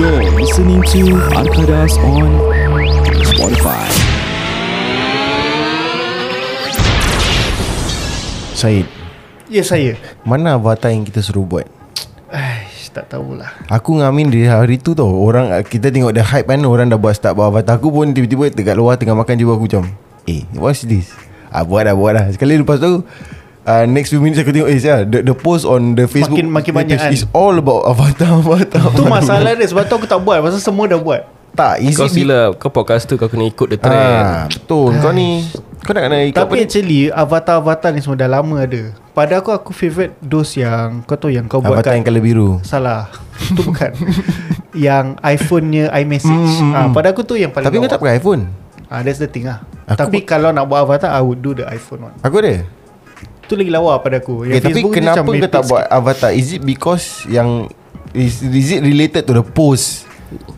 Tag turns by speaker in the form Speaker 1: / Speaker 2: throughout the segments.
Speaker 1: You're listening to Arkadas on Spotify.
Speaker 2: Syed
Speaker 3: Ya saya
Speaker 2: Mana avatar yang kita suruh buat
Speaker 3: Aish, Tak tahulah
Speaker 2: Aku dengan Amin dari hari tu tau Orang Kita tengok the hype kan Orang dah buat start buat avatar Aku pun tiba-tiba Dekat luar tengah makan Tiba aku macam Eh what's this ah, Buat dah buat dah Sekali lepas tu uh, Next few minutes aku tengok Eh sial, the, the post on the Facebook
Speaker 3: Makin- makin banyak kan?
Speaker 2: It's all about avatar Avatar
Speaker 3: Tu masalah dia Sebab tu aku tak buat Pasal semua dah buat
Speaker 2: Tak is
Speaker 4: Kau
Speaker 2: it be-
Speaker 4: sila Kau podcast tu Kau kena ikut the trend
Speaker 2: ah, Betul Kau ni Kau nak kena ikut
Speaker 3: Tapi
Speaker 2: apa ni?
Speaker 3: actually Avatar-avatar ni semua dah lama ada Pada aku aku favourite Dos yang Kau tahu yang kau buat
Speaker 2: Avatar
Speaker 3: kat
Speaker 2: yang colour biru
Speaker 3: Salah Itu bukan Yang iPhone-nya iMessage
Speaker 2: Mm, mm,
Speaker 3: ah, Pada aku tu yang paling
Speaker 2: Tapi kau tak pakai iPhone
Speaker 3: ah, That's the thing lah
Speaker 2: Aku
Speaker 3: Tapi kalau nak buat avatar I would do the iPhone one
Speaker 2: Aku ada
Speaker 3: Itu lagi lawa pada aku
Speaker 2: Okay, Ya, Eh, tapi
Speaker 3: Ya, Facebook ni
Speaker 2: kenapa
Speaker 3: macam
Speaker 2: kau
Speaker 3: merepek
Speaker 2: tak buat avatar? Is it because yang is, is it related to the post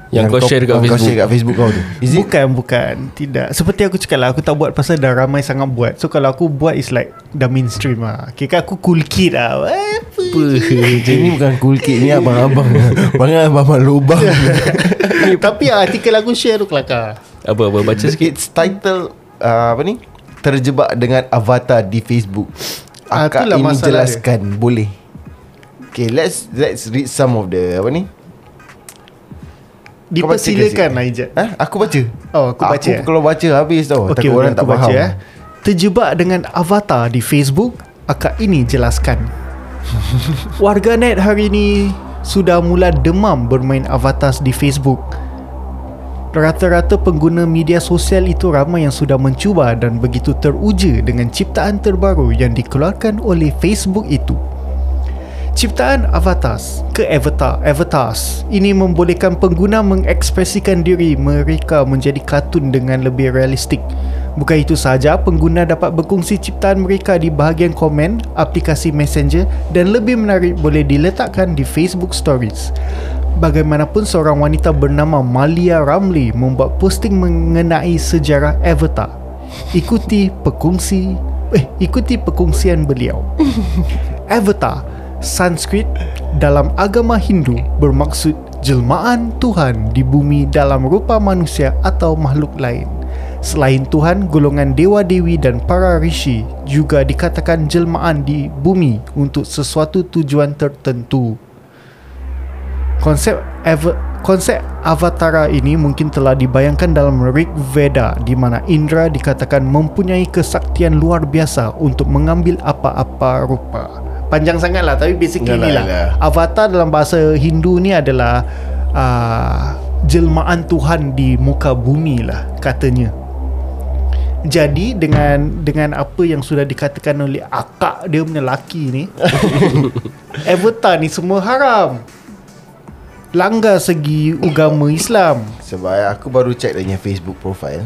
Speaker 4: Yang kau share dekat
Speaker 2: yang Kau
Speaker 4: Facebook?
Speaker 2: share kat Facebook kau tu. Is it
Speaker 3: bukan bukan tidak seperti aku cakap lah aku tak buat pasal dah ramai sangat buat so kalau aku buat is like dah mainstream lah kira aku cool kid lah apa
Speaker 2: Bukan. Ini bukan cool kid ni abang-abang. Abang-abang lubang.
Speaker 3: tapi ah, artikel aku share tu kelakar
Speaker 4: Apa apa Baca sikit
Speaker 2: It's title uh, apa ni? Terjebak dengan avatar di Facebook.
Speaker 3: Ah,
Speaker 2: Akak
Speaker 3: itulah
Speaker 2: ini
Speaker 3: masalah
Speaker 2: jelaskan dia. boleh. Okay, let's let's read some of the apa ni? Kau baca ke,
Speaker 3: dipersilakan
Speaker 2: Zik?
Speaker 3: lah Ijat
Speaker 2: Ha? Aku baca.
Speaker 3: Oh, aku baca, eh?
Speaker 2: Aku kalau baca habis tau. Okay,
Speaker 3: Okey,
Speaker 2: Takut orang
Speaker 3: aku
Speaker 2: tak faham. Eh.
Speaker 3: Terjebak dengan avatar di Facebook, akak ini jelaskan. Warganet hari ini sudah mula demam bermain avatar di Facebook. Rata-rata pengguna media sosial itu ramai yang sudah mencuba dan begitu teruja dengan ciptaan terbaru yang dikeluarkan oleh Facebook itu. Ciptaan avatars ke avatar avatars ini membolehkan pengguna mengekspresikan diri mereka menjadi kartun dengan lebih realistik. Bukan itu sahaja, pengguna dapat berkongsi ciptaan mereka di bahagian komen, aplikasi messenger dan lebih menarik boleh diletakkan di Facebook Stories. Bagaimanapun seorang wanita bernama Malia Ramli membuat posting mengenai sejarah avatar. Ikuti pekongsi eh ikuti pekongsian beliau. Avatar Sanskrit dalam agama Hindu bermaksud jelmaan Tuhan di bumi dalam rupa manusia atau makhluk lain. Selain Tuhan, golongan dewa-dewi dan para rishi juga dikatakan jelmaan di bumi untuk sesuatu tujuan tertentu. Konsep ava- konsep avatara ini mungkin telah dibayangkan dalam Rig Veda di mana Indra dikatakan mempunyai kesaktian luar biasa untuk mengambil apa-apa rupa. Panjang sangatlah tapi basically
Speaker 2: Yalah,
Speaker 3: inilah.
Speaker 2: yalah.
Speaker 3: Avatar dalam bahasa Hindu ni adalah uh, jelmaan Tuhan di muka bumi lah katanya. Jadi dengan dengan apa yang sudah dikatakan oleh akak dia punya laki ni Avatar ni semua haram Langgar segi agama Islam
Speaker 2: Sebab eh, aku baru check dia punya Facebook profile.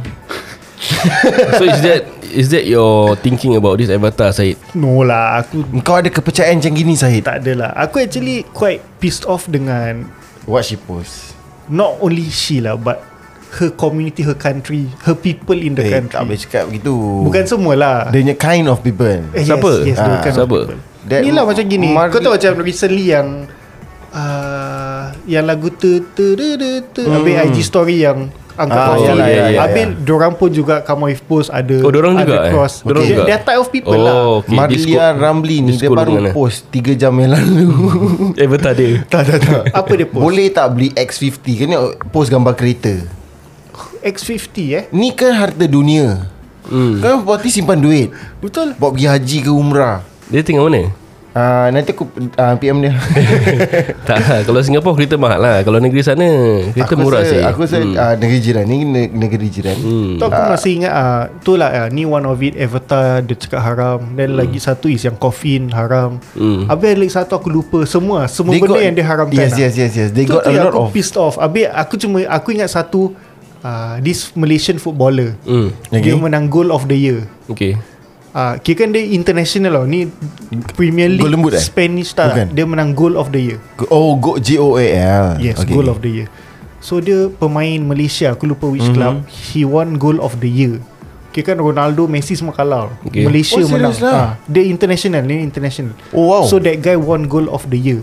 Speaker 4: So is that Is that your thinking about this avatar Syed
Speaker 3: No lah aku
Speaker 2: Kau ada kepercayaan macam gini Syed
Speaker 3: tak adalah Aku actually quite pissed off dengan
Speaker 2: What she post
Speaker 3: Not only she lah but Her community, her country Her people in the
Speaker 2: Eh,
Speaker 3: country
Speaker 2: tak boleh cakap begitu
Speaker 3: kan Bukan semua lah
Speaker 2: Dia punya kind of people
Speaker 3: Eh,
Speaker 4: Siapa?
Speaker 3: Yes, yes,
Speaker 2: Ah,
Speaker 3: ha, bukan
Speaker 4: siapa?
Speaker 2: That
Speaker 3: Ni lah macam gini
Speaker 2: Mar-
Speaker 3: Kau tahu macam recently yang uh, Yang lagu tu tu tu tu tu Habis IG story yang Angkat
Speaker 2: Ah,
Speaker 3: ah,
Speaker 4: yalah,
Speaker 3: yalah,
Speaker 4: yalah, yalah.
Speaker 3: Habis dorang pun juga Come if post ada
Speaker 4: ya, Oh, dorang
Speaker 3: ada
Speaker 4: juga, eh?
Speaker 3: cross.
Speaker 4: Dorang
Speaker 3: Dia-
Speaker 4: juga?
Speaker 3: Dia type of people
Speaker 4: Oh.
Speaker 3: lah
Speaker 4: Okay,
Speaker 2: Marlia
Speaker 4: disco-
Speaker 2: Ramli ni Dia
Speaker 4: disco
Speaker 2: baru
Speaker 4: dengan dia.
Speaker 2: post 3 jam yang lalu
Speaker 4: Avatar dia
Speaker 2: Tak tak tak
Speaker 3: Apa dia post?
Speaker 2: Boleh tak beli X50 Kena post gambar kereta
Speaker 3: X50 eh
Speaker 2: Ni kan harta dunia hmm. Kau berarti simpan duit Betul Buat pergi haji ke umrah
Speaker 4: Dia tinggal mana
Speaker 2: Ah, nanti aku ah, PM dia
Speaker 4: Tak lah Kalau Singapura kereta mahal lah Kalau negeri sana Kereta
Speaker 2: Aku
Speaker 4: murah
Speaker 2: rasa-
Speaker 4: Syed
Speaker 2: Aku rasa ah, negeri jiran Ni ne- negeri jiran
Speaker 3: hmm. Tu aku masih ingat ah, Tu lah ah, Ni one of it Avatar Dia cakap haram
Speaker 2: Hmm.
Speaker 3: Dan lagi satu is yang Coffin haram
Speaker 4: Hmm.
Speaker 3: Habis lagi satu aku lupa Semua Semua
Speaker 2: They
Speaker 3: benda
Speaker 2: got-
Speaker 3: yang dia haramkan
Speaker 2: Yes
Speaker 3: ah.
Speaker 2: yes yes yes They
Speaker 3: tu,
Speaker 2: got a
Speaker 3: tu yang
Speaker 2: lot
Speaker 3: aku
Speaker 2: of
Speaker 3: pissed off Habis aku cuma Aku ingat satu uh, This Malaysian footballer
Speaker 4: Hmm
Speaker 2: Okay.
Speaker 3: Dia menang goal of the year
Speaker 4: Okay
Speaker 3: uh, Kira kan dia international lah Ni Premier League
Speaker 2: Gol lembut, eh?
Speaker 3: Spanish tak
Speaker 2: Bukan.
Speaker 3: Dia menang goal of the year
Speaker 2: Oh go G-O-A-L
Speaker 3: Yes okay. goal of the year So dia pemain Malaysia Aku lupa
Speaker 2: Mhm.
Speaker 3: which mm-hmm. club He won goal of the year Kira kan Ronaldo Messi semua kalah
Speaker 4: Okay.
Speaker 3: Malaysia
Speaker 2: Oh, serious
Speaker 3: menang
Speaker 2: lah?
Speaker 3: Ah, Dia international Dia international
Speaker 2: Oh, wow.
Speaker 3: So that guy won goal of the year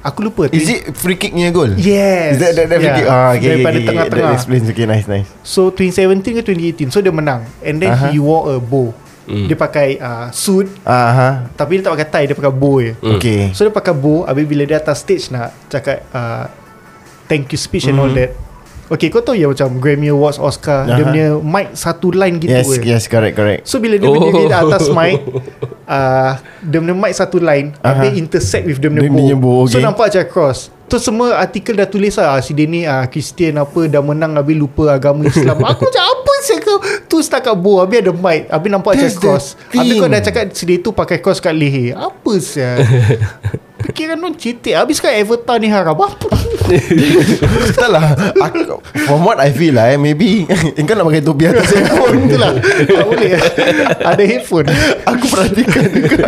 Speaker 3: Aku lupa
Speaker 2: Is it free kick punya goal? Is
Speaker 3: Yes.
Speaker 2: that that, that free
Speaker 3: Yeah.
Speaker 2: kick? Ah, okay,
Speaker 3: Daripada
Speaker 2: okay, okay,
Speaker 3: tengah-tengah.
Speaker 2: That explains okay, nice, nice.
Speaker 3: So 2017 ke 2018 So dia menang And then
Speaker 2: Aha.
Speaker 3: uh-huh. he wore a bow mm. Dia pakai uh, suit
Speaker 2: Ah, ha.
Speaker 3: Tapi dia tak pakai tie Dia pakai bow je mm.
Speaker 2: Okay.
Speaker 3: So dia pakai bow Habis bila dia atas stage nak Cakap uh, Thank you speech mm. and all that Okay kau tahu ya macam Grammy Awards Oscar uh-huh. Dia
Speaker 2: Mm-hmm. Aha.
Speaker 3: punya mic satu line gitu
Speaker 2: Yes,
Speaker 3: je
Speaker 2: yes, correct, correct.
Speaker 3: So bila dia
Speaker 4: Oh.
Speaker 3: oh. berdiri di atas mic uh, Dia punya mic satu line uh-huh. Habis intersect with dia
Speaker 2: Dia punya
Speaker 3: punya
Speaker 2: bow,
Speaker 3: bow
Speaker 2: okay.
Speaker 3: So nampak macam cross Tu semua artikel dah tulis lah Si dia ni ah, Kristian apa Dah menang habis lupa agama Islam Aku macam apa sih kau Tu setakat bow Habis ada mic Habis nampak macam
Speaker 2: That's the
Speaker 3: cross Habis kau
Speaker 2: thing.
Speaker 3: dah cakap Si dia tu pakai cross kat leher Apa sih Fikiran orang cetek Habis kan avatar ni harap Apa
Speaker 2: tak lah. Aku, from what I feel lah eh, maybe engkau nak pakai topi atas
Speaker 3: pun
Speaker 2: earphone.
Speaker 3: tu lah Tak boleh Ada headphone
Speaker 2: Aku perhatikan juga.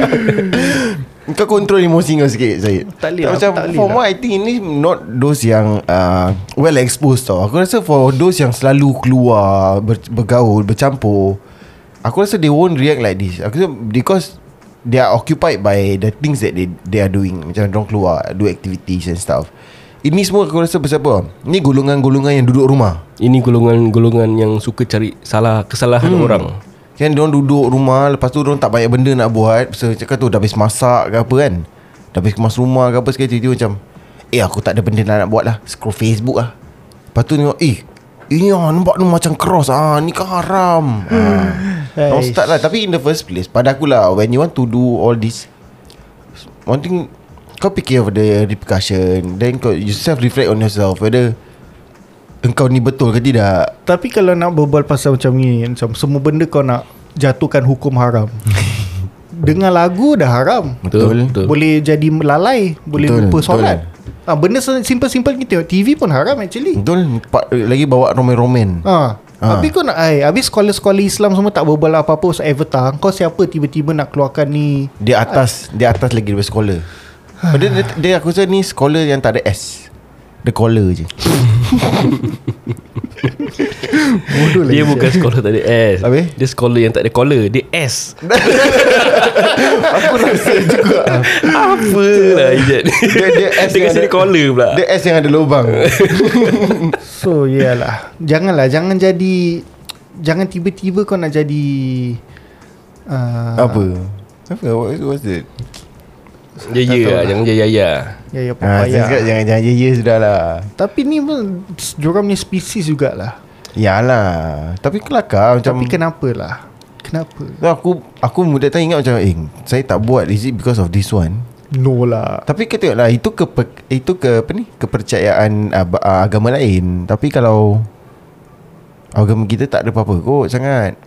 Speaker 2: Kau kontrol emosi kau sikit Syed
Speaker 3: Tak boleh lah,
Speaker 2: Macam
Speaker 3: aku tak boleh
Speaker 2: for
Speaker 3: lah.
Speaker 2: what I think Ini not those yang uh, Well exposed tau Aku rasa for those yang selalu keluar ber, Bergaul Bercampur Aku rasa they won't react like this Aku rasa because They are occupied by The things that they, they are doing Macam orang keluar Do activities and stuff Ini semua aku rasa pasal apa Ini golongan-golongan yang duduk rumah
Speaker 4: Ini golongan-golongan yang suka cari salah kesalahan hmm. orang.
Speaker 2: Kan diorang duduk rumah Lepas tu diorang tak banyak benda nak buat So cakap tu dah habis masak ke apa kan Dah habis kemas rumah ke apa sekali Tiba-tiba macam Eh aku tak ada benda nak, nak buat lah Scroll Facebook lah Lepas tu tengok Eh ini ah, nampak ni macam cross ah ni kan haram. Ah. Don't
Speaker 3: Aish.
Speaker 2: start lah tapi in the first place pada aku lah when you want to do all this one thing kau fikir of the repercussion then kau you self reflect on yourself whether engkau ni betul ke tidak.
Speaker 3: Tapi kalau nak berbual pasal macam ni Macam semua benda kau nak Jatuhkan hukum haram Dengar lagu dah haram
Speaker 2: Betul.
Speaker 4: Betul.
Speaker 3: Boleh jadi lalai Boleh
Speaker 2: Betul,
Speaker 3: betul, lupa
Speaker 2: betul.
Speaker 3: solat ha, Benda se- simple-simple kita tengok TV pun haram actually
Speaker 2: Betul pa- lagi bawa romen-romen.
Speaker 3: ha.
Speaker 2: Ha.
Speaker 3: Habis kau nak ai, Habis sekolah-sekolah Islam semua tak berbual apa-apa Pasal avatar Kau siapa tiba-tiba nak keluarkan ni
Speaker 2: Dia atas Dia atas lagi daripada sekolah dia, dia, dia aku rasa ni sekolah yang tak ada S Dia collar je
Speaker 3: Bodoh
Speaker 2: lah
Speaker 4: Dia bukan sekolah tak ada S.
Speaker 2: Habis?
Speaker 4: Dia sekolah yang tak ada collar, dia S.
Speaker 2: Aku rasa juga
Speaker 4: Apalah lah, Ijat.
Speaker 2: Dia, dia S
Speaker 4: Dia
Speaker 2: yang
Speaker 4: kasi
Speaker 2: ada,
Speaker 4: dia collar pula.
Speaker 2: Dia S yang ada lubang
Speaker 3: So iyalah Janganlah Jangan jadi Jangan tiba-tiba kau nak jadi uh,
Speaker 2: Apa? Apa? What, what's it?
Speaker 4: Ya ya lah, jangan ya ya ya.
Speaker 3: Ya ya
Speaker 2: Ha, saya cakap
Speaker 3: papaya
Speaker 2: jangan jangan ya ya sudah lah
Speaker 3: Tapi ni pun Diorang punya spesies jugalah
Speaker 2: Yalah Tapi kelakar macam
Speaker 3: Tapi kenapa lah Kenapa
Speaker 2: Aku aku muda tadi ingat macam Eh saya tak buat Is it because of this one?
Speaker 3: No lah
Speaker 2: Tapi kau tengok lah Itu ke Itu ke apa ni Kepercayaan uh, uh, Agama lain Tapi kalau Agama kita tak ada apa-apa kot sangat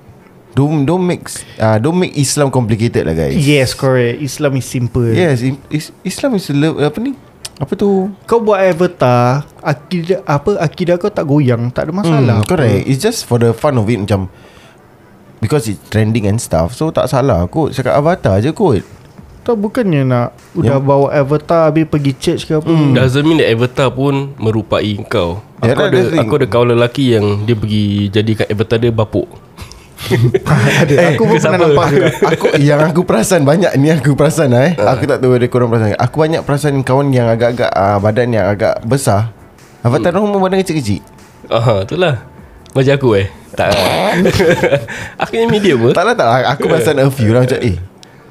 Speaker 2: Don't, don't make uh, Don't make Islam complicated lah guys
Speaker 3: Yes correct Islam is simple
Speaker 2: Yes i- is, Islam is le- Apa ni Apa tu
Speaker 3: Kau buat avatar Akidah Apa Akidah kau tak goyang Tak ada masalah
Speaker 2: Hmm, Correct It's just for the fun of it Macam Because it's trending and stuff So tak salah kot Cakap avatar je kot
Speaker 3: Kau bukannya nak Udah bawa avatar Habis pergi church ke apa
Speaker 4: Hmm. Doesn't mean that avatar pun merupai kau. Aku
Speaker 2: Yeah,
Speaker 4: ada
Speaker 2: that's the thing.
Speaker 4: aku ada kawan lelaki yang dia pergi jadikan avatar dia bapuk.
Speaker 3: Ada Aku pun
Speaker 4: ke
Speaker 3: pernah
Speaker 4: siapa?
Speaker 3: nampak
Speaker 2: aku yang aku perasan banyak ni aku perasan lah, eh. Aku tak tahu ada korang perasan. ke. Aku banyak perasan kawan yang agak-agak uh, badan yang agak besar. Avatar orang hmm. badan kecil-kecil.
Speaker 4: Aha, itulah. Macam aku eh. Tak. aku yang medium apa?
Speaker 2: Taklah tak lah, aku perasan a few lah macam eh.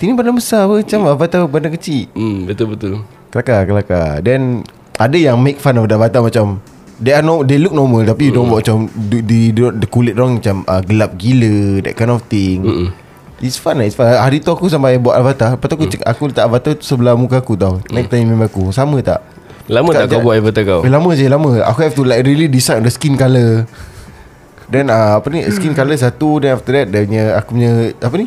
Speaker 2: Tini badan besar apa macam avatar badan kecil.
Speaker 4: Hmm, betul betul.
Speaker 2: Kelakar kelakar. Then ada yang make fun of the avatar macam they are no they look normal tapi mm. buat macam di, di, di, di kulit orang macam uh, gelap gila that kind of thing. Mm. It's fun lah It's fun Hari tu aku sampai buat avatar Lepas tu aku, cek, aku letak avatar tu sebelah muka aku tau Next time member aku Sama tak?
Speaker 4: Lama
Speaker 2: Kak,
Speaker 4: tak kau
Speaker 2: jap.
Speaker 4: buat avatar kau?
Speaker 2: Oh. Eh, lama je lama Aku have to like really decide on the skin colour Then uh, apa ni Skin colour satu Then after that Dia punya Aku punya Apa ni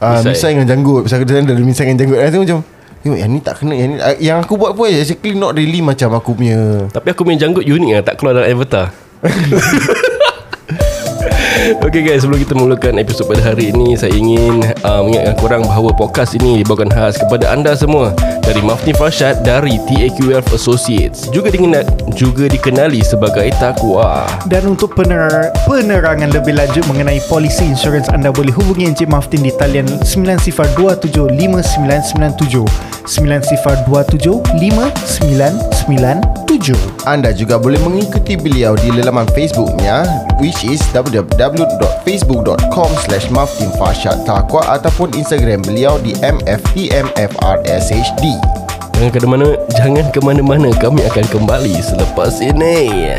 Speaker 2: uh,
Speaker 4: Misai.
Speaker 2: Misai dengan janggut Pasal aku design dah ada misai dengan janggut Aku macam Tengok yang ni tak kena Yang ni Ah, Yang aku buat pun Actually not really Macam aku punya
Speaker 4: Tapi aku punya janggut unik lah Tak keluar dalam avatar Okay guys Sebelum kita mulakan episod pada hari ini Saya ingin uh, mengingatkan korang Bahawa podcast ini dibawakan khas kepada anda semua Dari Mafni Farshad Dari TAQF Associates Juga dikenal, juga dikenali sebagai Takwa
Speaker 3: Dan untuk pener- penerangan lebih lanjut mengenai polisi insurans anda boleh hubungi Encik Maftin di talian 902759997. 9027
Speaker 2: Anda juga boleh mengikuti beliau di laman Facebooknya which is www.facebook.com slash Taqwa ataupun Instagram beliau di mftmfrshd.
Speaker 4: Jangan ke mana Jangan ke mana-mana Kami akan kembali Selepas ini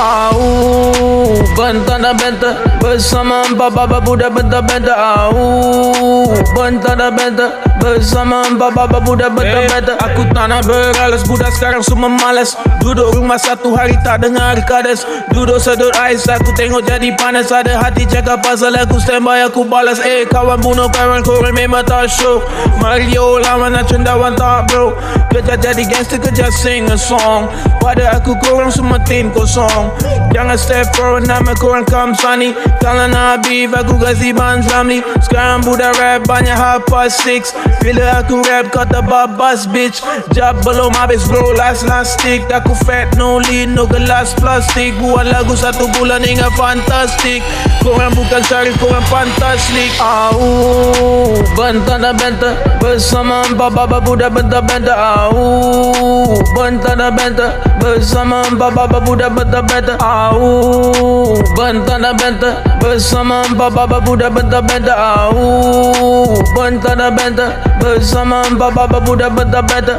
Speaker 5: Au Bentar dan bentar Bersama empat baba budak bentar-bentar Au Bentar dan bentar Bersama empat baba budak bentar-bentar Eh, Aku tak nak beralas Budak sekarang semua malas Duduk rumah satu hari tak dengar kades Duduk sedut ais Aku tengok jadi panas Ada hati cakap pasal aku standby Aku balas Eh kawan bunuh kawan korang memang tak show Mario lawan nak cendawan tak bro Kerja jadi gangster kerja sing a song Pada aku korang semua tim kosong Jangan step forward nama korang kamsani Kalau nak beef aku kasi ban zamli Sekarang budak rap banyak half past six Bila aku rap kau tak babas bitch Jab belum habis bro last last stick Aku fat no lean no gelas plastik Buat lagu satu bulan hingga fantastik Korang bukan syarif korang fantastik Au Bentar dan bentar Bersama empat baba budak bentar-bentar Au Bentar dan bentar Bersama empat baba budak bentar-bentar Au Bentar dan bentar Bersama empat baba budak bentar-bentar Au Bentar dan bentar Bersama empat baba budak bentar-bentar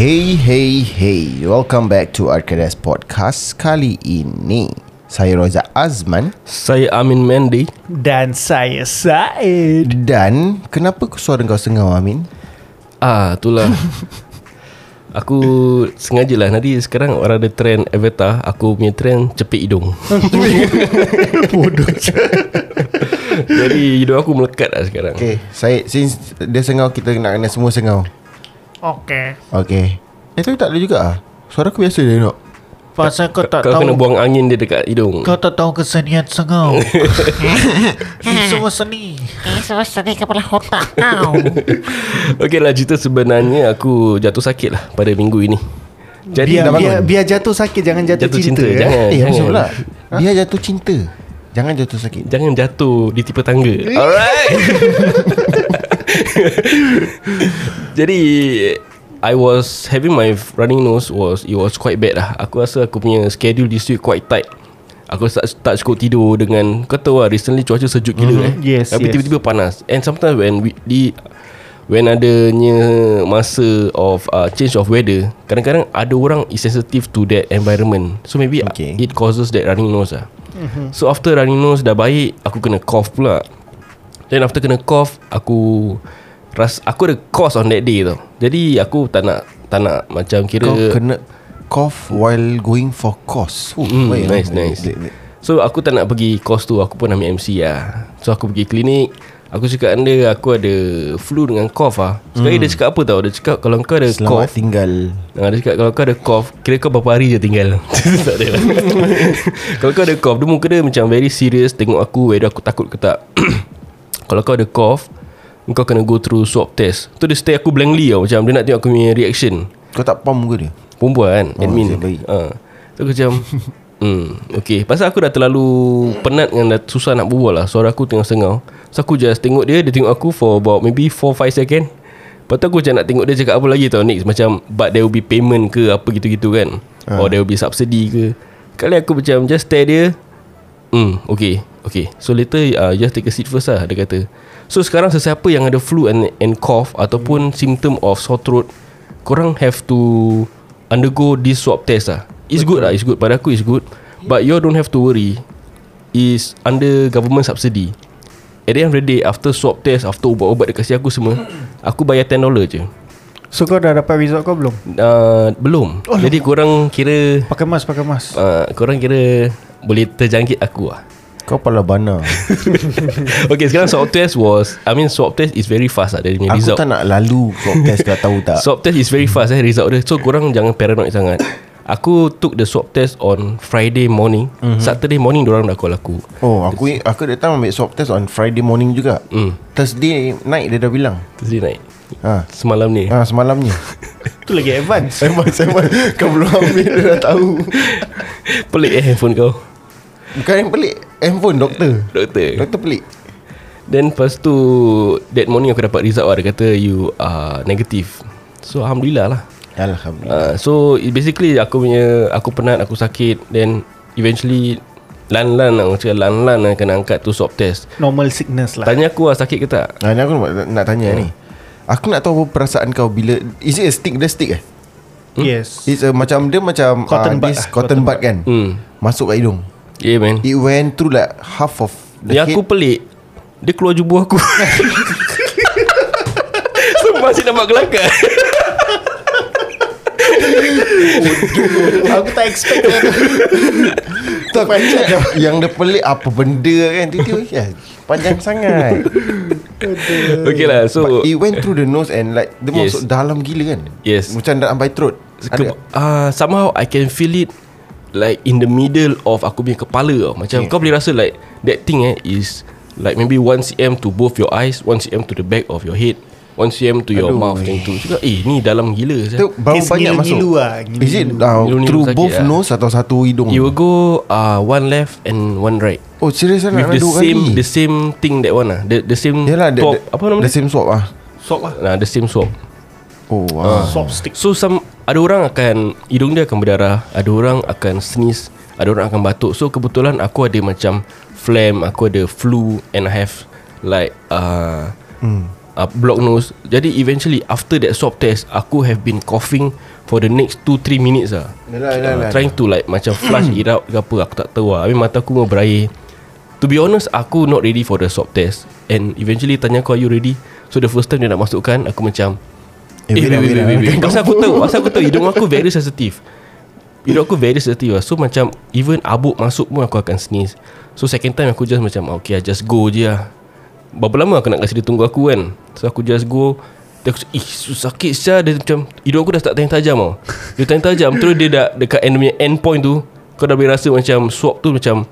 Speaker 2: Hey, hey, hey. Welcome back to Arkadas Podcast kali ini. Saya Roza Azman
Speaker 4: Saya Amin Mendy
Speaker 3: Dan saya Said
Speaker 2: dan kenapa suara kau sengau Amin?
Speaker 4: Ah itulah Aku sengajalah Nanti sekarang orang ada trend avatar Aku punya trend cepit hidung
Speaker 3: Bodoh
Speaker 4: Jadi hidung aku melekat lah sekarang okay.
Speaker 2: Okay, saya since dia sengau kita nak kena semua sengau.
Speaker 5: Okay
Speaker 2: Okay. Eh tapi tak boleh juga ah. Suara aku biasa je tengok.
Speaker 3: Pasal kau tak
Speaker 4: Kau
Speaker 3: tahu
Speaker 4: kena buang angin dia dekat hidung
Speaker 3: Kau tak tahu kesenian sengau Ini semua seni
Speaker 6: Ini semua seni kepala otak kau
Speaker 4: Okey lah cerita sebenarnya Aku jatuh sakit lah Pada minggu ini Jadi
Speaker 3: Biar,
Speaker 2: dah bangun?
Speaker 3: biar, biar jatuh sakit Jangan jatuh,
Speaker 4: Jatuh
Speaker 3: cinta,
Speaker 4: cinta,
Speaker 3: eh.
Speaker 4: jangan.
Speaker 2: Eh, macam
Speaker 4: jangan.
Speaker 2: pula. Dia jatuh cinta. Jangan jatuh sakit.
Speaker 4: Jangan jatuh di tipe tangga Alright Jadi I was having my running nose was It was quite bad lah Aku rasa aku punya schedule this week quite tight Aku tak, tak cukup tidur dengan Kau tahu lah recently cuaca sejuk gila mm-hmm. eh
Speaker 3: Mhm. Yes, yes.
Speaker 4: Tapi tiba-tiba panas And sometimes when we di, When adanya masa of uh, change of weather Kadang-kadang ada orang is sensitive to that environment So maybe
Speaker 2: Okay.
Speaker 4: okay. it causes that running nose lah
Speaker 3: Mhm.
Speaker 4: mm-hmm. So after running nose dah baik Aku kena cough pula Then after kena cough Aku ras Aku ada course on that day tau Jadi aku tak nak Tak nak macam kira
Speaker 2: Kau kena cough while going for course. Oh,
Speaker 4: Hmm,
Speaker 2: baik.
Speaker 4: nice, nice. So aku tak nak pergi course tu Aku pun ambil MC lah So aku pergi klinik Aku cakap dengan dia Aku ada flu dengan cough lah Sekali hmm. dia cakap apa tau Dia cakap kalau kau ada
Speaker 2: Selamat
Speaker 4: cough
Speaker 2: tinggal.
Speaker 4: Ha, dia cakap kalau kau ada cough Kira kau berapa hari je tinggal Tak ada lah Kalau kau ada cough Dia muka dia macam very serious Tengok aku Whether aku takut ke tak Kalau kau ada cough Kau kena go through swab test Tu dia stay aku blankly tau Macam dia nak tengok aku punya reaction
Speaker 2: Kau tak pam muka dia?
Speaker 4: Perempuan kan?
Speaker 2: Oh,
Speaker 4: Admin
Speaker 2: nasib baik.
Speaker 4: ha. Tu aku macam hmm, Okay Pasal aku dah terlalu Penat dengan dah susah nak berbual lah Suara aku tengah sengau So aku just tengok dia Dia tengok aku for about Maybe 4-5 second Lepas tu aku macam nak tengok dia cakap apa lagi tau Next macam But there will be payment ke Apa gitu-gitu kan Or there will be subsidy ke Kali aku macam Just stare dia Hmm okay Okay So later uh, Just take a seat first lah Dia kata So sekarang sesiapa yang ada flu and, and cough Ataupun symptom of sore throat Korang have to Undergo this swab test lah It's good lah It's good Pada aku it's good But you all don't have to worry Is under government subsidy At the end of the day After swab test After ubat-ubat dia kasi aku semua Aku bayar $10 je
Speaker 3: So kau dah dapat result kau belum?
Speaker 4: uh, Belum oh, Jadi korang kira
Speaker 3: Pakai mas, pakai mas
Speaker 4: uh, Korang kira Boleh terjangkit aku lah
Speaker 2: Kau pala bana.
Speaker 4: Okay sekarang swab test was I mean swab test is very fast lah Dari punya
Speaker 2: Aku
Speaker 4: result
Speaker 2: tak nak lalu swab test kau tahu tak?
Speaker 4: Swab test is very fast eh Result dia So korang jangan paranoid sangat Aku took the swab test on Friday morning mm-hmm.
Speaker 2: Mhm.
Speaker 4: Saturday morning Diorang dah call aku
Speaker 2: Oh aku aku that time ambil swab test on Friday morning juga
Speaker 4: Hmm.
Speaker 2: Thursday night dia dah bilang
Speaker 4: Thursday night
Speaker 2: ha.
Speaker 4: Semalam ni
Speaker 2: ha semalamnya
Speaker 3: Tu lagi advance
Speaker 2: Saya saya Kau belum ambil dia dah tahu
Speaker 4: Pelik eh handphone kau
Speaker 2: Bukan yang pelik Handphone doktor
Speaker 4: Doktor
Speaker 2: Doktor pelik
Speaker 4: Then lepas tu That morning aku dapat result lah Dia kata you are negative So Alhamdulillah lah
Speaker 2: Alhamdulillah
Speaker 4: uh, So it basically aku punya Aku penat Aku sakit Then eventually Lan-lan lah Orang cakap lan-lan lah Kena angkat tu swab test
Speaker 3: Normal sickness lah
Speaker 4: Tanya aku lah sakit ke tak
Speaker 2: Nah, ni aku nak, nak tanya ni
Speaker 4: Hmm.
Speaker 2: Aku nak tahu apa perasaan kau bila Is it a stick? Dia stick eh?
Speaker 3: Yes
Speaker 2: It's a, macam Dia macam ah,
Speaker 3: Cotton bud
Speaker 2: this
Speaker 3: lah,
Speaker 2: Cotton,
Speaker 3: cotton
Speaker 2: bud kan
Speaker 4: Hmm
Speaker 2: Masuk kat hidung
Speaker 4: Ya, Yeah man
Speaker 2: It went through like Half of the head
Speaker 4: Yang Ya, aku pelik Dia keluar jubur aku So masih nampak kelakar
Speaker 3: Aku tak expect
Speaker 2: Tak, Yang dia pelik Apa benda kan Tiba-tiba ya, Panjang sangat
Speaker 4: Okay lah so
Speaker 2: But it went through the nose And like Dia
Speaker 4: Yes.
Speaker 2: masuk dalam gila kan
Speaker 4: Yes.
Speaker 2: Macam dah sampai throat
Speaker 4: ke, uh, Somehow I can feel it Like in the middle of Aku punya kepala tau. Macam kau boleh rasa like That thing eh Is Like maybe 1cm to both your eyes 1cm to the back of your head 1cm to your
Speaker 2: Aduh.
Speaker 4: mouth Macam tu Cakap eh ni dalam gila saya.
Speaker 2: Itu baru
Speaker 3: It's
Speaker 2: banyak masuk
Speaker 3: ngilu-ngilu lah, ngilu-ngilu.
Speaker 2: Is it uh,
Speaker 4: Ngilu-ngilu
Speaker 2: Through
Speaker 4: sakit
Speaker 2: both
Speaker 4: lah.
Speaker 2: nose Atau satu hidung
Speaker 4: You will go uh, One left and one right
Speaker 2: Oh serius lah
Speaker 4: With
Speaker 2: Nak
Speaker 4: the
Speaker 2: dua
Speaker 4: same
Speaker 2: kali
Speaker 4: The same thing that one lah The, the same
Speaker 2: Yalah the,
Speaker 4: top,
Speaker 2: the,
Speaker 4: Apa nama
Speaker 2: The same swap ah.
Speaker 4: Swap lah nah, The same swap
Speaker 2: Oh wow.
Speaker 3: Swap stick
Speaker 4: So some ada orang akan hidung dia akan berdarah, ada orang akan sneeze, ada orang akan batuk. So kebetulan aku ada macam phlegm, aku ada flu and I have like uh, hmm. uh block nose. Jadi eventually after that swab test, aku have been coughing for the next 2 3 minutes ah.
Speaker 2: Yalah, yalah,
Speaker 4: Uh,
Speaker 2: yalah.
Speaker 4: trying to like macam flush it out ke apa aku tak tahu lah. I mean mata aku mau berair. To be honest Aku not ready for the swab test And eventually Tanya aku are you ready So the first time dia nak masukkan Aku macam Eh, wait, wait, wait, wait, wait. Pasal aku tahu Pasal aku tahu Hidung aku very sensitive Hidung aku very sensitive lah. So macam Even abuk masuk pun Aku akan sneeze So second time aku just macam Okay I just go je lah Berapa lama aku nak kasi dia tunggu aku kan So aku just go Dia aku Ih su- sakit sah Dia macam Hidung aku dah start tayang tajam tau Dia tayang tajam Terus dia dah Dekat end, punya end point tu Kau dah boleh rasa macam Swab tu macam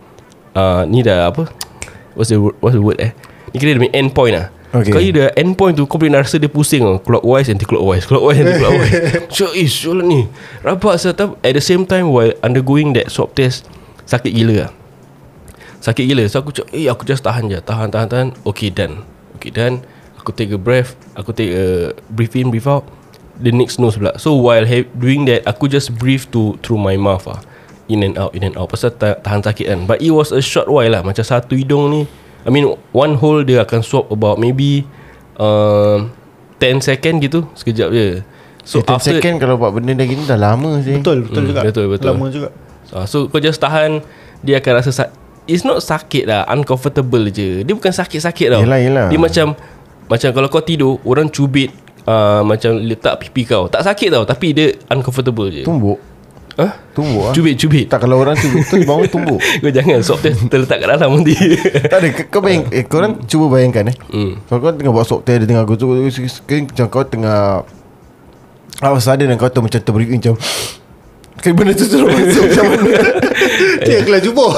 Speaker 4: uh, Ni dah apa What's the word, what's the word eh Ni kira dia punya end point lah
Speaker 2: Okay.
Speaker 4: okay. Kau the end point tu Kau boleh rasa dia pusing tau Clockwise anti clockwise Clockwise anti clockwise So eh soalan ni Rabak saya At the same time While undergoing that swab test Sakit gila lah Sakit gila So aku cakap Eh aku just tahan je Tahan tahan tahan Okay done Okay done Aku take a breath Aku take a Breathe in breathe out The next nose pula So while ha- doing that Aku just breathe to Through my mouth lah In and out In and out Pasal ta- tahan sakit kan But it was a short while lah Macam satu hidung ni I mean One hole dia akan swab About maybe um, 10 second gitu Sekejap je So
Speaker 2: So
Speaker 4: after
Speaker 2: second kalau buat benda dah gini dah lama sih.
Speaker 3: Betul Betul
Speaker 4: Hmm,
Speaker 3: juga
Speaker 4: betul, betul.
Speaker 3: Lama juga
Speaker 4: Ah, So kau just tahan Dia akan rasa sa- It's not sakit lah Uncomfortable je Dia bukan sakit-sakit tau
Speaker 2: Yelah, yelah.
Speaker 4: Dia macam Macam kalau kau tidur Orang cubit uh, Macam letak pipi kau Tak sakit tau Tapi dia uncomfortable je
Speaker 2: Tumbuk.
Speaker 4: Huh?
Speaker 2: Tumbuk ah.
Speaker 4: Cubit-cubit
Speaker 2: Tak kalau orang tumbuk tu bangun tumbuk.
Speaker 4: Kau jangan Swab test terletak kat dalam nanti
Speaker 2: Tak ada kau bayang eh, kau
Speaker 4: Hmm.
Speaker 2: orang cuba bayangkan eh. Mm. Kalau kau tengah buat swab test dia tengah aku tu macam kau tengah ah, Out of sudden kau tu macam terberi macam Kan benda tu terus masuk macam mana
Speaker 4: Eh.
Speaker 3: Dia keluar jubur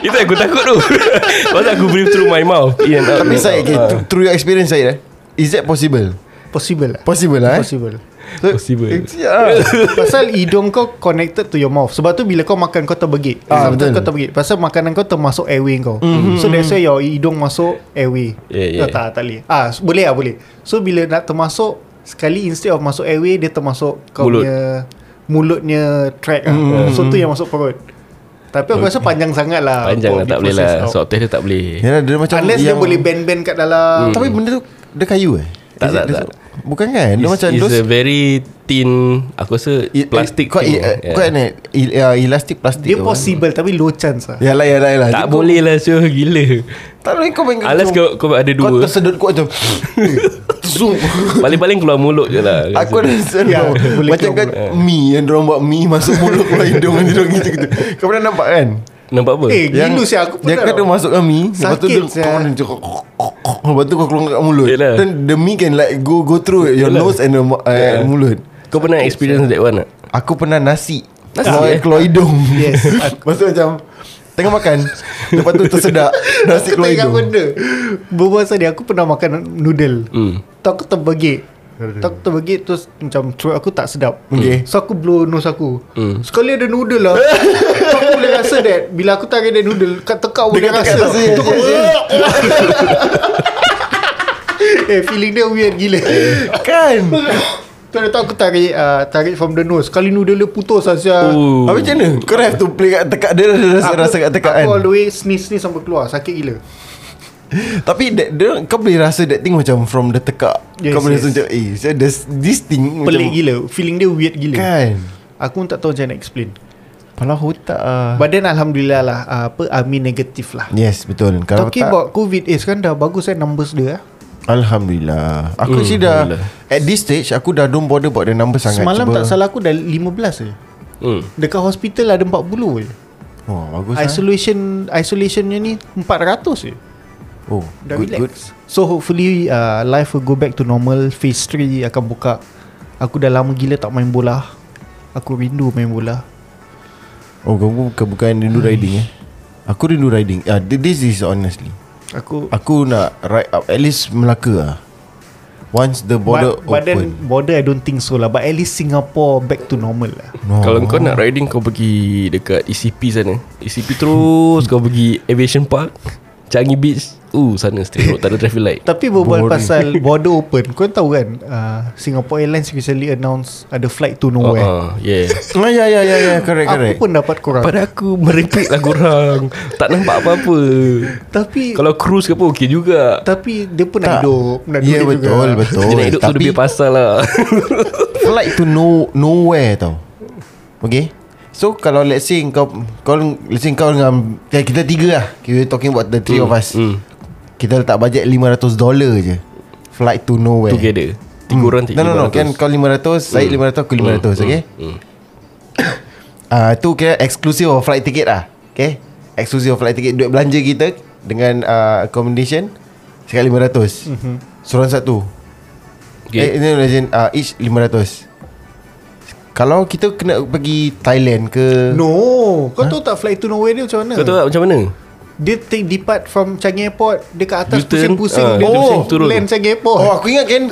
Speaker 4: Itu aku takut tu Pasal aku breathe through my mouth In and out,
Speaker 2: Tapi
Speaker 4: in and
Speaker 2: saya
Speaker 4: out.
Speaker 2: okay, through- Through your experience saya eh Is that possible?
Speaker 3: Possible lah
Speaker 2: Possible lah eh
Speaker 3: Possible
Speaker 4: Possible.
Speaker 2: eh, yeah.
Speaker 3: Pasal hidung kau connected to your mouth Sebab tu bila kau makan kau terbegit
Speaker 2: Ah,
Speaker 3: Sebab tu
Speaker 2: betul.
Speaker 3: Kau terbegit Pasal makanan kau termasuk airway kau mm-hmm. So that's why your hidung masuk airway
Speaker 4: Yeah, yeah.
Speaker 3: Oh, Tak, tak boleh ah, s- Boleh lah boleh So bila nak termasuk Sekali instead of masuk airway Dia termasuk kau
Speaker 4: Mulut.
Speaker 3: punya Mulutnya track lah mm-hmm. So tu yang masuk perut Tapi aku rasa panjang sangat lah
Speaker 4: Panjang lah tak boleh lah Swab test dia tak boleh
Speaker 2: Yalah, Ya lah, dia macam
Speaker 3: Unless dia
Speaker 2: yang-
Speaker 3: boleh bend-bend kat dalam
Speaker 4: Hmm.
Speaker 2: Tapi benda tu Dia kayu eh Is
Speaker 4: Tak,
Speaker 2: it-
Speaker 4: tak,
Speaker 2: dia
Speaker 4: tak.
Speaker 2: tu- Bukan kan Dia
Speaker 4: It's,
Speaker 2: macam
Speaker 4: it's
Speaker 2: those
Speaker 4: a very thin Aku rasa
Speaker 2: i-
Speaker 4: Plastik
Speaker 2: Kau
Speaker 4: thing.
Speaker 2: yeah.
Speaker 4: Yeah.
Speaker 2: Kau ni uh, Elastik plastik
Speaker 3: Dia
Speaker 2: tu. Ya
Speaker 3: possible Tapi low chance lah
Speaker 2: Yalah yalah yalah
Speaker 4: Tak
Speaker 2: Dia-
Speaker 4: boleh Ah, lah Syuh Gila
Speaker 2: Tak boleh kau bayangkan
Speaker 4: Alas
Speaker 2: macam-
Speaker 4: kau, kau ada
Speaker 2: Kau
Speaker 4: dua
Speaker 2: tersedut kau macam Zoom
Speaker 4: Paling-paling keluar mulut je lah
Speaker 2: Aku ada rasa
Speaker 3: Ya,
Speaker 2: tau.
Speaker 3: boleh
Speaker 2: Macam
Speaker 3: keluar
Speaker 2: kan Mi Yang diorang buat mi Masuk mulut keluar hidung Hidung gitu-gitu Kau pernah nampak kan
Speaker 4: Nampak apa?
Speaker 3: Eh gilu siya Aku
Speaker 2: Dia kan
Speaker 3: pernah
Speaker 2: dia
Speaker 3: tau.
Speaker 2: masukkan mi Lepas tu
Speaker 3: Sakit
Speaker 2: dia
Speaker 3: sia.
Speaker 2: kau macam Lepas tu kau keluar kat mulut
Speaker 4: Yelah.
Speaker 2: Then the mi can like Go go through Your
Speaker 4: Yelah.
Speaker 2: nose and the mu- uh, mulut
Speaker 4: Kau pernah experience that one tak?
Speaker 2: Aku pernah nasi
Speaker 4: Nasi,
Speaker 2: Keluar,
Speaker 4: eh?
Speaker 2: keluar hidung
Speaker 3: Yes.
Speaker 2: Lepas tu macam Tengah makan Lepas tu tersedak Nasi
Speaker 3: Aku
Speaker 2: keluar
Speaker 3: teringat
Speaker 2: hidung
Speaker 3: benda Berbual tadi Aku pernah makan noodle
Speaker 4: Hmm.
Speaker 3: Tu aku terbegit Tu aku terbegit Terus macam Throat aku tak sedap
Speaker 2: Okay.
Speaker 3: So aku blow nose aku Sekali ada noodle lah So aku boleh rasa that Bila aku tarik ada noodle Kat tekak boleh
Speaker 2: Dekat
Speaker 3: rasa
Speaker 2: tekak rasa, yes,
Speaker 3: Tu aku-
Speaker 2: yes,
Speaker 3: Eh feeling dia weird gila
Speaker 2: Kan
Speaker 3: Tu ada tu aku tarik uh, Tarik from the nose Sekali noodle dia putus lah, Asya
Speaker 4: Ooh.
Speaker 2: Habis macam mana Kau have to play kat tekak Dia ada rasa, rasa kat tekak kan
Speaker 3: Aku all the way sneeze-sneeze sampai keluar Sakit gila
Speaker 2: Tapi that, dia, Kau boleh rasa that thing Macam from the tekak
Speaker 3: Yes,
Speaker 2: Kau boleh rasa
Speaker 3: yes.
Speaker 2: macam Eh so this, this thing
Speaker 3: Pelik
Speaker 2: macam,
Speaker 3: gila Feeling dia weird gila
Speaker 2: Kan
Speaker 3: Aku pun tak tahu macam nak explain
Speaker 2: Pala otak ah.
Speaker 3: But then Alhamdulillah lah uh, Apa Army negatif lah
Speaker 2: Yes betul Kalau
Speaker 3: Talking
Speaker 2: tak
Speaker 3: about COVID Eh sekarang dah bagus eh Numbers dia eh.
Speaker 2: Alhamdulillah
Speaker 3: Hmm,
Speaker 2: Aku actually dah At this stage Aku dah don't bother About the number sangat
Speaker 3: Semalam
Speaker 2: Cuba-
Speaker 3: tak salah aku dah 15 eh
Speaker 4: Hmm.
Speaker 3: Dekat hospital ada 40 je
Speaker 2: Oh bagus ah.
Speaker 3: Isolation Isolationnya ni 400 je
Speaker 2: Oh
Speaker 3: Dah
Speaker 2: good
Speaker 3: relax
Speaker 2: good
Speaker 3: So hopefully uh, Life will go back to normal Phase 3 akan buka Aku dah lama gila tak main bola Aku rindu main bola
Speaker 2: Oh kamu bukan, bukan rindu
Speaker 3: Hmm.
Speaker 2: riding eh Aku rindu riding ah, th- This is honestly
Speaker 3: Aku
Speaker 2: Aku nak ride up At least Melaka lah Once the border
Speaker 3: but, but then
Speaker 2: open
Speaker 3: Border I don't think so lah But at least Singapore Back to normal lah
Speaker 2: no.
Speaker 4: Kalau kau nak riding Kau pergi dekat ECP sana ECP terus Kau pergi Aviation Park Changi Beach Uh sana straight road Tak ada traffic light
Speaker 3: Tapi berbual
Speaker 2: Boring.
Speaker 3: pasal border open Kau tahu kan uh, Singapore Airlines recently announce Ada flight to
Speaker 4: Oh,
Speaker 2: eh.
Speaker 3: nowhere uh-huh.
Speaker 4: uh, yeah
Speaker 2: Ah, ya, ya, ya, ya, correct, correct.
Speaker 3: Aku pun dapat korang
Speaker 4: Pada aku merepek lah korang Tak nampak apa-apa
Speaker 3: Tapi
Speaker 4: Kalau cruise ke apa Okey juga
Speaker 3: Tapi dia pun nak
Speaker 2: Tak.
Speaker 3: hidup Nak
Speaker 2: Ya, betul,
Speaker 3: duit juga
Speaker 2: betul.
Speaker 4: Dia nak hidup tu
Speaker 2: Tapi- Eh.
Speaker 4: lebih pasal lah
Speaker 2: flight to no nowhere tau. Okay. So kalau let's say kau kau let's say kau dengan kita, kita tiga lah. Kita talking about the
Speaker 4: Hmm,
Speaker 2: three mm, of us. Mm. Kita letak bajet 500 dolar je. Flight to nowhere.
Speaker 4: Together Tiga orang
Speaker 2: No no no kan kau 500 Saya
Speaker 4: Hmm.
Speaker 2: 500 Aku 500 okay Ah tu kira exclusive of flight ticket lah Okay Exclusive of flight ticket Duit belanja kita Dengan uh, accommodation Sekat 500
Speaker 3: Mhm.
Speaker 2: Seorang satu okay. Eh
Speaker 4: Okay.
Speaker 2: ini legend uh, Each 500 Kalau kita kena pergi Thailand ke
Speaker 3: No Kau tahu tak flight to nowhere dia macam mana
Speaker 4: Kau tahu tak macam mana
Speaker 3: Dia take depart from Changi Airport Dia kat atas
Speaker 4: U-turn,
Speaker 3: pusing-pusing
Speaker 4: ah,
Speaker 3: Dia
Speaker 4: pusing,
Speaker 3: oh,
Speaker 4: turun.
Speaker 3: land Changi Airport
Speaker 2: Oh aku ingat kan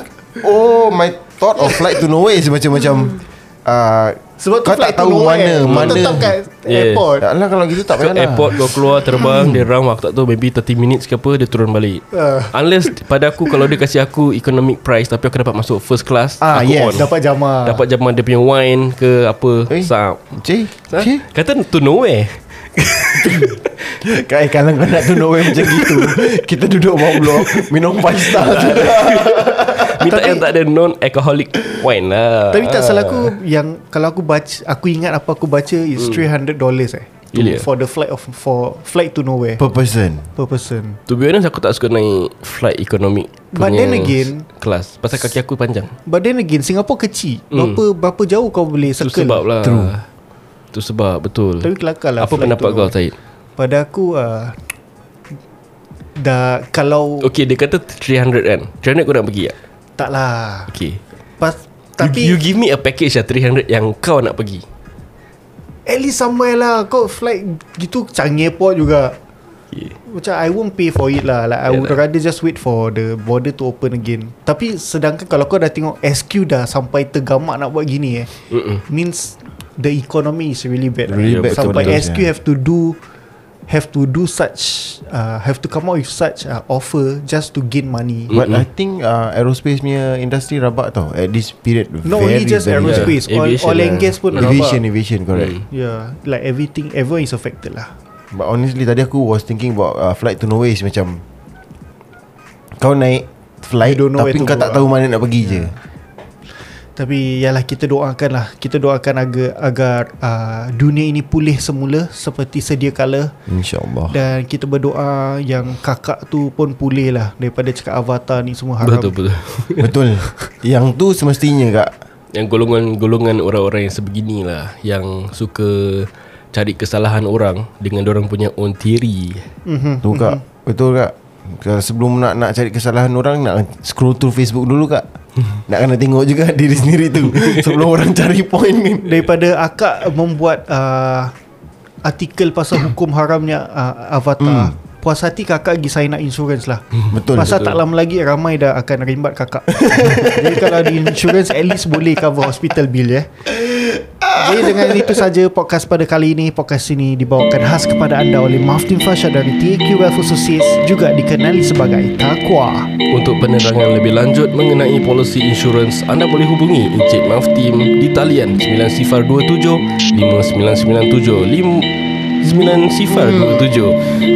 Speaker 2: Oh my thought of flight to nowhere Is macam-macam uh,
Speaker 3: Sebab tu
Speaker 2: kau
Speaker 3: flight
Speaker 2: tak
Speaker 3: to
Speaker 2: tahu
Speaker 3: nowhere
Speaker 2: mana
Speaker 3: Kau
Speaker 2: mana
Speaker 3: tetap kat
Speaker 4: Yes.
Speaker 3: airport
Speaker 2: Tak lah kalau gitu tak
Speaker 4: Kat
Speaker 2: payah lah
Speaker 4: airport kau keluar terbang Dia round aku tak tahu Maybe 30 minutes ke apa Dia turun balik
Speaker 3: Ah.
Speaker 4: Unless pada aku Kalau dia kasih aku Economic price Tapi aku dapat masuk first class
Speaker 2: Ah,
Speaker 4: Aku
Speaker 2: yes.
Speaker 4: on
Speaker 3: Dapat jamah
Speaker 4: Dapat jaman dia punya wine Ke apa
Speaker 2: Eh.
Speaker 4: Sap
Speaker 2: Cik
Speaker 4: Ha?
Speaker 2: Cik
Speaker 4: Kata to nowhere
Speaker 2: Kai kalau kau nak to nowhere macam gitu Kita duduk bawah blok Minum pasta
Speaker 4: Minta yang tak ada non-alcoholic wine lah
Speaker 3: Tapi tak salah aku yang kalau aku baca aku ingat apa aku baca is
Speaker 4: Hmm.
Speaker 3: $300 eh. To,
Speaker 4: Gila.
Speaker 3: for the flight of for flight to nowhere per,
Speaker 2: Per person
Speaker 3: per person.
Speaker 4: To be honest aku tak suka naik Flight economic
Speaker 3: But
Speaker 4: punya
Speaker 3: then again,
Speaker 4: Kelas Pasal kaki aku panjang
Speaker 3: But then again Singapore kecil. Berapa berapa jauh kau boleh
Speaker 4: Hmm. Itu
Speaker 3: circle?
Speaker 4: sebab lah True Itu sebab betul
Speaker 3: Tapi kelakar lah
Speaker 4: Apa
Speaker 3: flight
Speaker 4: pendapat
Speaker 3: tu.
Speaker 4: kau Syed?
Speaker 3: Pada aku uh, dah kalau
Speaker 4: Okay dia kata 300 kan 300 kau nak pergi tak?
Speaker 3: tak lah.
Speaker 4: Okay
Speaker 3: Pas, tapi
Speaker 4: you, you give me a package lah 300 yang kau nak pergi
Speaker 3: at least somewhere lah kau flight gitu Changi Airport juga.
Speaker 4: yeah.
Speaker 3: Macam I won't pay for it lah Like I
Speaker 4: Yeah
Speaker 3: would
Speaker 4: lah.
Speaker 3: rather just wait for the border to open again Tapi sedangkan kalau kau dah tengok SQ dah sampai tergamak nak buat gini eh Mm-mm. Means the economy is really bad
Speaker 2: Really bad to
Speaker 3: Sampai
Speaker 2: betul,
Speaker 3: SQ
Speaker 2: yeah.
Speaker 3: have to do Have to do such uh, Have to come out with such uh, offer Just to gain money
Speaker 2: But I think uh, Aerospace punya industry rabak tau At this period
Speaker 3: Not only just aerospace
Speaker 4: Yeah.
Speaker 3: yeah.
Speaker 4: Aviation
Speaker 3: Oil and
Speaker 4: lah.
Speaker 3: gas pun
Speaker 2: yeah. Aviation
Speaker 3: rabak
Speaker 2: Aviation correct mm.
Speaker 3: Yeah Like everything Everyone is affected lah
Speaker 2: But honestly tadi aku was thinking about uh, Flight to nowhere is macam Kau naik Flight
Speaker 3: You don't know
Speaker 2: Tapi
Speaker 3: where to
Speaker 2: kau
Speaker 3: go ah.
Speaker 2: tak tahu mana nak pergi yeah. je
Speaker 3: Tapi yalah kita doakan lah Kita doakan agar, agar uh, dunia ini pulih semula Seperti sedia kala
Speaker 2: InsyaAllah
Speaker 3: Dan kita berdoa yang kakak tu pun pulih lah Daripada cakap avatar ni semua haram
Speaker 4: Betul betul
Speaker 2: Betul Yang tu semestinya kak
Speaker 4: Yang golongan-golongan orang-orang yang sebegini lah Yang suka cari kesalahan orang Dengan orang punya own theory
Speaker 3: Mhm,
Speaker 2: Tu kak Betul kak Kalau Sebelum nak nak cari kesalahan orang Nak scroll through Facebook dulu kak Nak kena tengok juga diri sendiri tu Sebelum orang cari point kan
Speaker 3: daripada akak membuat uh, artikel pasal hukum haramnya uh, avatar. Puas hati kakak pergi sign up insurance lah
Speaker 2: Betul,
Speaker 3: Pasal betul. tak lama lagi Ramai dah akan rimbat kakak Jadi kalau di insurance At least boleh cover hospital bill ya Jadi dengan itu saja Podcast pada kali ini Podcast ini dibawakan khas kepada anda Oleh Maftin Fasha dari TAQF Associates Juga dikenali sebagai Takwa
Speaker 4: Untuk penerangan lebih lanjut mengenai polisi insurans, anda boleh hubungi Encik Maftim di talian 9027 5997 9 sifar 27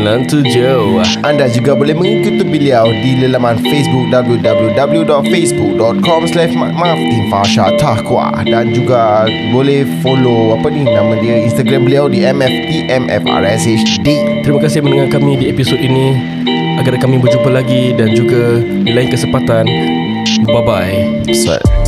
Speaker 4: 5997
Speaker 2: Anda juga boleh mengikuti beliau di laman Facebook www.facebook.com slash Takwa dan juga boleh follow apa ni nama dia Instagram beliau di MFTMFRSHD
Speaker 4: Terima kasih mendengar kami di episod ini Agar kami berjumpa lagi dan juga di lain kesempatan Bye-bye
Speaker 2: Sir.